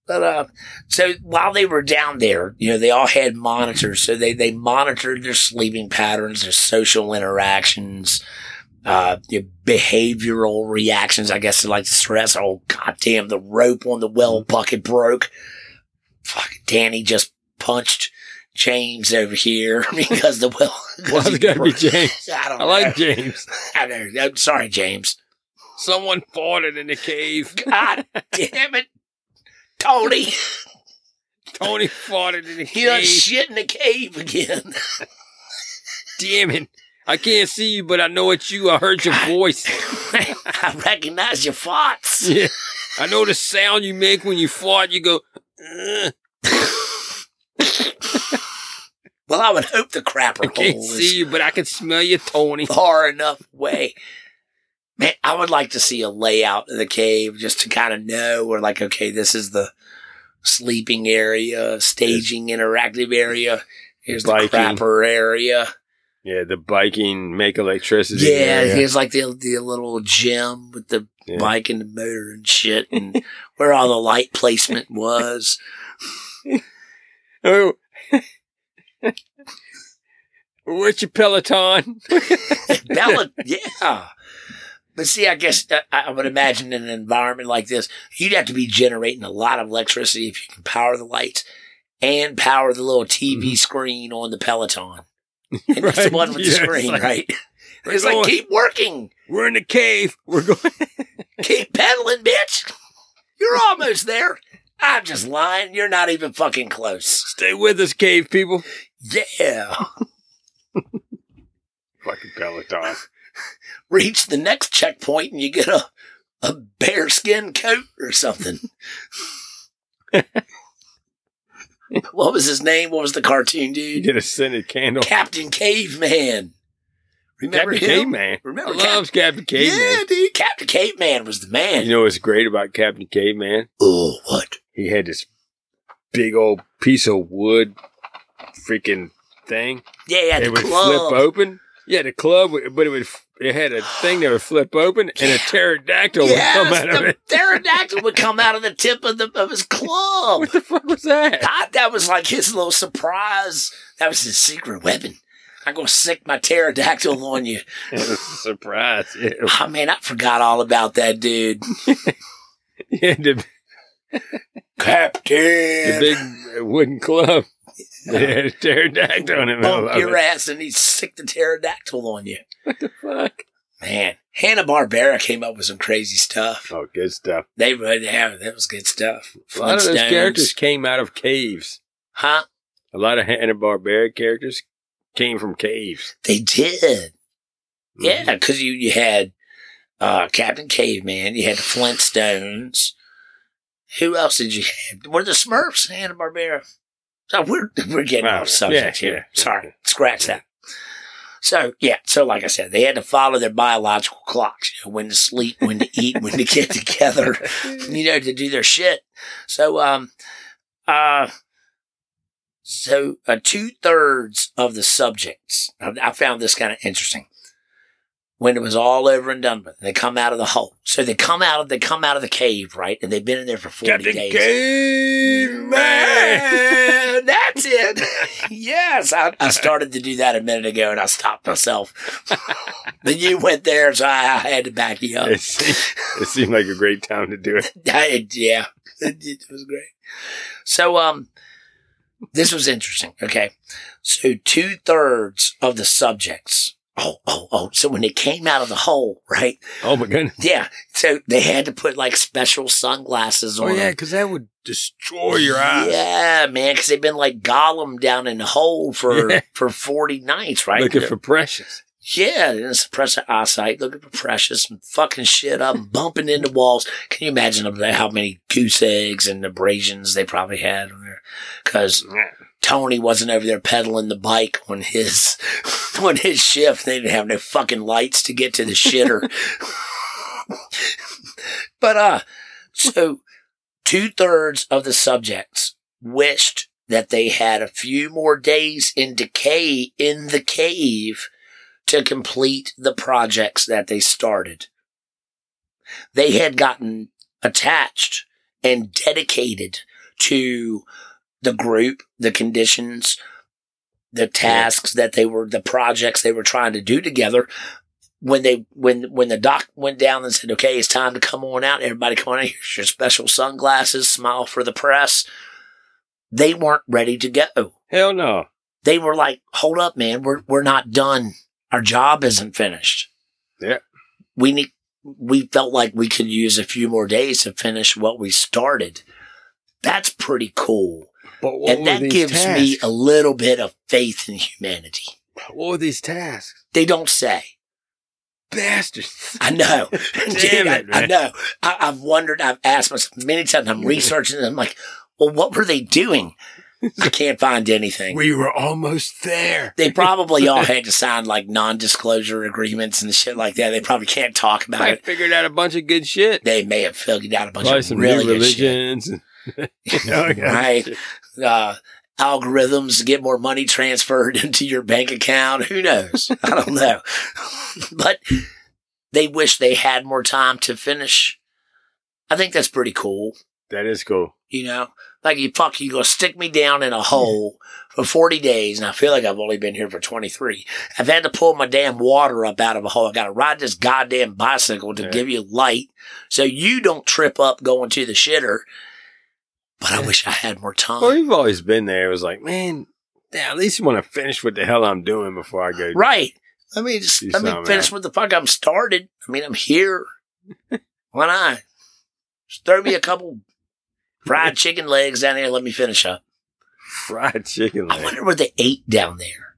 But uh, so while they were down there, you know, they all had monitors, so they they monitored their sleeping patterns, their social interactions. Uh, their behavioral reactions, I guess, to like the stress. Oh, goddamn, the rope on the well
Mm-hmm.
bucket broke fuck, Danny just punched James over here (laughs) because the well.
Well, it's got to be James.
I don't
I like
know.
James.
I don't know. I'm sorry, James.
Someone farted in the (laughs) cave.
God damn it.
(laughs)
Tony,
Tony farted in the
you done
cave.
shit in the cave again. (laughs)
Damn it. I can't see you, but I know it's you. I heard your voice.
I recognize your farts.
(laughs) Yeah. I know the sound you make when you fart. You go, "Ugh,
Well, I would hope the
I
crapper
can't
hole is
see you, but I can smell you, Tony.
far enough away. Man, I would like to see a layout of the cave just to kind of know where, like, okay, this is the sleeping area, staging interactive area. Here's the
Biking.
crapper area.
(laughs) Yeah, the biking, make electricity.
Yeah, here's like the the little gym with the
Yeah.
bike and the motor and shit, and where all the light placement was.
Oh. (laughs) Where's your Peloton? (laughs)
Bella, yeah. But see, I guess uh, I I would imagine in an environment like this, you'd have to be generating a lot of electricity if you can power the lights and power the little TV
Mm-hmm.
screen on the Peloton.
(laughs)
And it's the
Right,
one with
yeah,
the
it's
screen,
like-
right?
We're
It's
going-
like, keep working,
We're in the cave. We're going.
keep pedaling, bitch. You're almost there. I'm just lying. You're not even fucking close.
(laughs) Stay with us, cave people.
Yeah.
Fucking Peloton.
Reach the next checkpoint and you get a, a bearskin coat or
(laughs)
something. what was his name? What was the cartoon
You
dude?
get a scented candle.
Captain Caveman. Remember
Captain
him?
Caveman.
Remember
I loves Captain Caveman.
Yeah, dude. Captain Caveman was the man.
You know what's great about Captain Caveman?
oh, what?
He had this big old piece of wood freaking thing.
Yeah, yeah, the
it would
club.
flip open. Yeah, the club, would- but it would. f- It had a thing that would flip open, and a pterodactyl
Yes,
would come out of
the
it. (laughs)
pterodactyl would come out of the tip of the of his
(laughs)
club.
What the fuck was that?
God, that was like his little surprise. That was his secret weapon. I'm gonna sick my pterodactyl on
(laughs)
you.
(laughs) It was a surprise. Yeah.
Oh man, I forgot all about that dude.
(laughs) Yeah, the,
Captain,
the big wooden club. It had a pterodactyl on it. I
bump
love
your
it.
ass, and he'd sick the pterodactyl on you.
Fuck.
Man, Hanna Barbera came up with some crazy stuff.
Oh, good stuff.
They would have that was good stuff.
A lot of those
Flintstones.
characters came out of caves.
huh?
A lot of Hanna Barbera characters came from caves.
They did.
Mm-hmm.
Yeah, because you, you had uh, Captain Caveman, you had the Flintstones. Who else did you have? Were the Smurfs Hanna Barbera? So we're we're getting
Wow.
off subject
Yeah,
here.
yeah.
Sorry, scratch that. So yeah, so like I said, they had to follow their biological clocks, you know, when to sleep, when to eat, when to get (laughs) together, you know, to do their shit. So um uh so uh, two thirds of the subjects, I, I found this kind of interesting. When it was all over and done with, they come out of the hole. So they come out of they come out of the cave, right? And they've been in there for forty
Captain
days.
Caveman.
Man, that's it. (laughs) yes, I, I started to do that a minute ago, and I stopped myself. (laughs) then you went there, so I, I had to back you up.
(laughs) It seemed, it seemed like a great time to do it.
(laughs) I- yeah, it was great. So, um, this was interesting. Okay, so two thirds of the subjects. Oh, oh, oh! So when they came out of the hole, right?
Oh my goodness.
Yeah. So they had to put like special sunglasses
Oh,
on. them.
because that would destroy
Yeah, man, because they've been like Gollum down in the hole for
Yeah.
for forty nights, right?
Looking for precious.
yeah, and suppressing eyesight, looking for precious, and fucking shit up, bumping into walls. Can you imagine up there how many goose eggs and abrasions they probably had on there? Because Tony wasn't over there pedaling the bike on his (laughs) on his shift. They didn't have no fucking lights to get to the shitter. but uh so two thirds of the subjects wished that they had a few more days in decay in the cave to complete the projects that they started. They had gotten attached and dedicated to the group, the conditions, the tasks that they were, the projects they were trying to do together. When they, when, when the doc went down and said, okay, it's time to come on out. Everybody come on out. Here's your special sunglasses. Smile for the press. They weren't ready to go
Hell no.
they were like, "Hold up, man, we're we're not done. Our job isn't finished.
Yeah.
we need. We felt like we could use a few more days to finish what we started. That's pretty cool,
But what
and that gives me a little bit of faith in humanity.
what were these tasks?
They don't say. (laughs)
Bastards.
I
(laughs)
know. Dude, I-
it,
I,
man.
know. I, I've wondered. I've asked myself many times.
(laughs)
I'm researching. And I'm like, well, what were they doing? I can't find anything.
We were almost there.
they probably all had to sign like non-disclosure agreements and shit like that. They probably can't talk about
I
it.
figured out a bunch of good shit.
They may have figured out a bunch
Probably
of
some
really
new
good shit, (laughs)
religions. and- (laughs) Oh, yeah.
right? Uh, algorithms to get more money transferred (laughs) into your bank account. Who knows? I don't know. (laughs) but they wish they had more time to finish. I think that's pretty cool.
That is cool.
You know, like you fuck, you gonna stick me down in a hole for forty days, and I feel like I've only been here for twenty three. I've had to pull my damn water up out of a hole. I got to ride this goddamn bicycle to
Yeah.
give you light, so you don't trip up going to the shitter. But I wish I had more time.
Well, you've always been there. It was like, man, yeah, at least you want to finish what the hell I'm doing before I go.
Right. Let me just
See
let me
something,
finish
man.
what the fuck I'm started. I mean, I'm
(laughs)
here. Why not? Just throw me a couple fried chicken legs down here. and Let me finish up.
Fried chicken
I
leg.
wonder what they ate down there.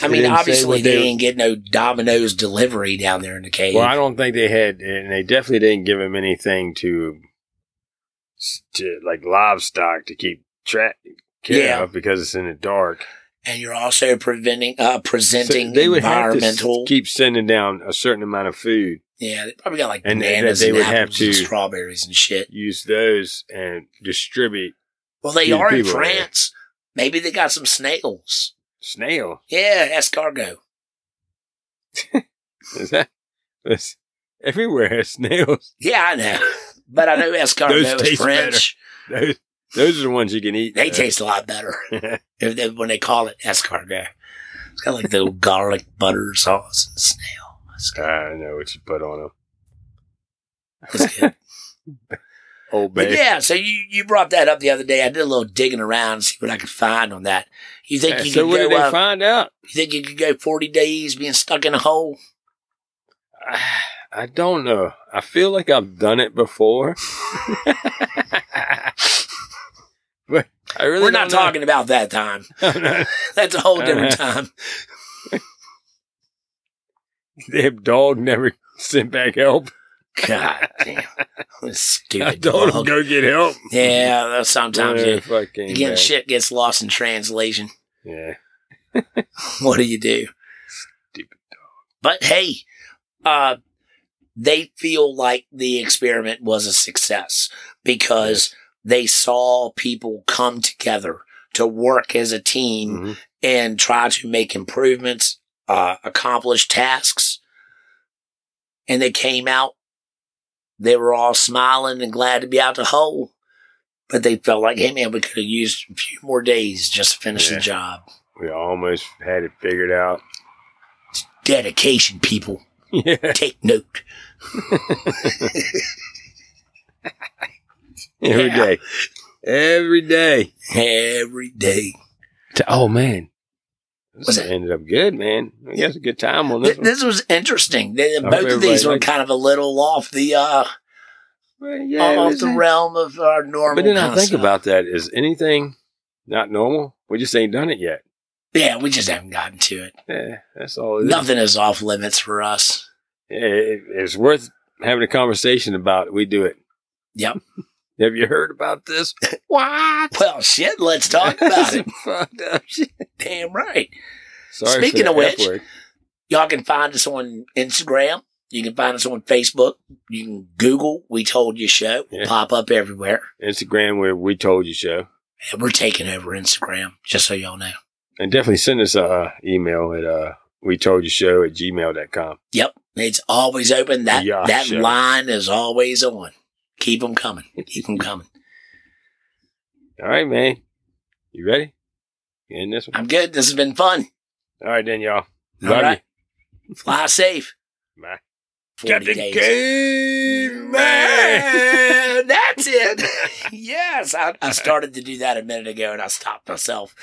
I
They
mean,
didn't say
obviously
what they-
they didn't get no Domino's delivery down there in the cave.
Well, I don't think they had, and they definitely didn't give him anything to, to like livestock to keep track care
Yeah.
of because it's in the dark.
and you're also preventing uh, presenting
So they would have to s-
environmental.
keep sending down a certain amount of food,
yeah, they probably got like
And they-
bananas
they
and
would have
apples and
to-
strawberries and shit.
use those and distribute
Well, they
Yeah,
are in
people are there.
France. Maybe they got some snails.
snail.
Yeah, escargot.
Is that (laughs) that's everywhere are (laughs) snails?
Yeah, I know, (laughs) but I know escargot is
taste
French.
Those, those are the ones you can eat.
They
(laughs)
taste a lot better if they, when they call it escargot. It's got like the little garlic butter sauce and snail. That's good.
I know what you put on them.
That's good.
Old
But
bay.
yeah, so you, you brought that up the other day. I did a little digging around to see what I could find on that. You think you
so
could
what did
go
they
uh,
find out? (sighs)
you think you could go forty days being stuck in a hole?
I- I don't know. I feel like I've done it (laughs) before. but I really
We're not
don't
talking
(laughs)
about that time. (laughs)
know.
That's a whole different
Uh-huh.
time.
Damn dog never (laughs) sent back help.
God damn. This
(laughs) I
Stupid
told him
dog.
go get help.
Yeah, that's sometimes
Yeah,
you,
fuck came
again
back.
shit gets lost in translation.
Yeah.
(laughs) What do you do?
Stupid
But hey, uh, they feel like the experiment was a success because they saw people come together to work as a team
Mhm.
and try to make improvements, uh, accomplish tasks. And they came out. They were all smiling and glad to be out the hole. But they felt like, hey man, we could have used a few more days just to finish
Yeah.
the job.
We almost had it figured out. (laughs)
Dedication, people.
Yeah.
Take note.
Every
Yeah.
day. Every day.
Every day.
T- Oh man. This
Was it-
ended up good, man. We had a good time on this
Th-
one.
this was interesting. They-
hope
Both of these
everybody
were
liked it.
kind of a little off the uh,
Well, yeah, it
off
was
the
a-
realm of our normal.
But then I
kinda
think
stuff.
about that. Is anything not normal? We just ain't done it yet.
yeah, we just haven't gotten to it.
Yeah, that's all it is.
Nothing is off limits for us.
Yeah, it- it's worth having a conversation about it. We do it.
Yep.
Have you heard about this? what?
Well, shit, let's
(laughs)
talk about it.
Fucked
(laughs)
up shit.
Damn right.
Sorry
Speaking
for
of
the F
which-
word.
Y'all can find us on Instagram. You can find us on Facebook. You can Google We Told You Show. We'll
Yeah.
Pop up everywhere.
Instagram where we told you show.
And we're taking over Instagram, just so y'all know.
And definitely send us a uh, email at uh, we told you show at gmail.com.
Yep. It's always open. That
Yeah,
that
sure.
line is always on. Keep them coming. Keep them coming.
All right, man. You ready? You in this one?
I'm good. This has been fun.
All right, then, y'all.
All
Love
right. Fly safe.
you. Bye.
40 days. Man, (laughs) That's it. (laughs) yes. I, I started to do that a minute ago and I stopped myself.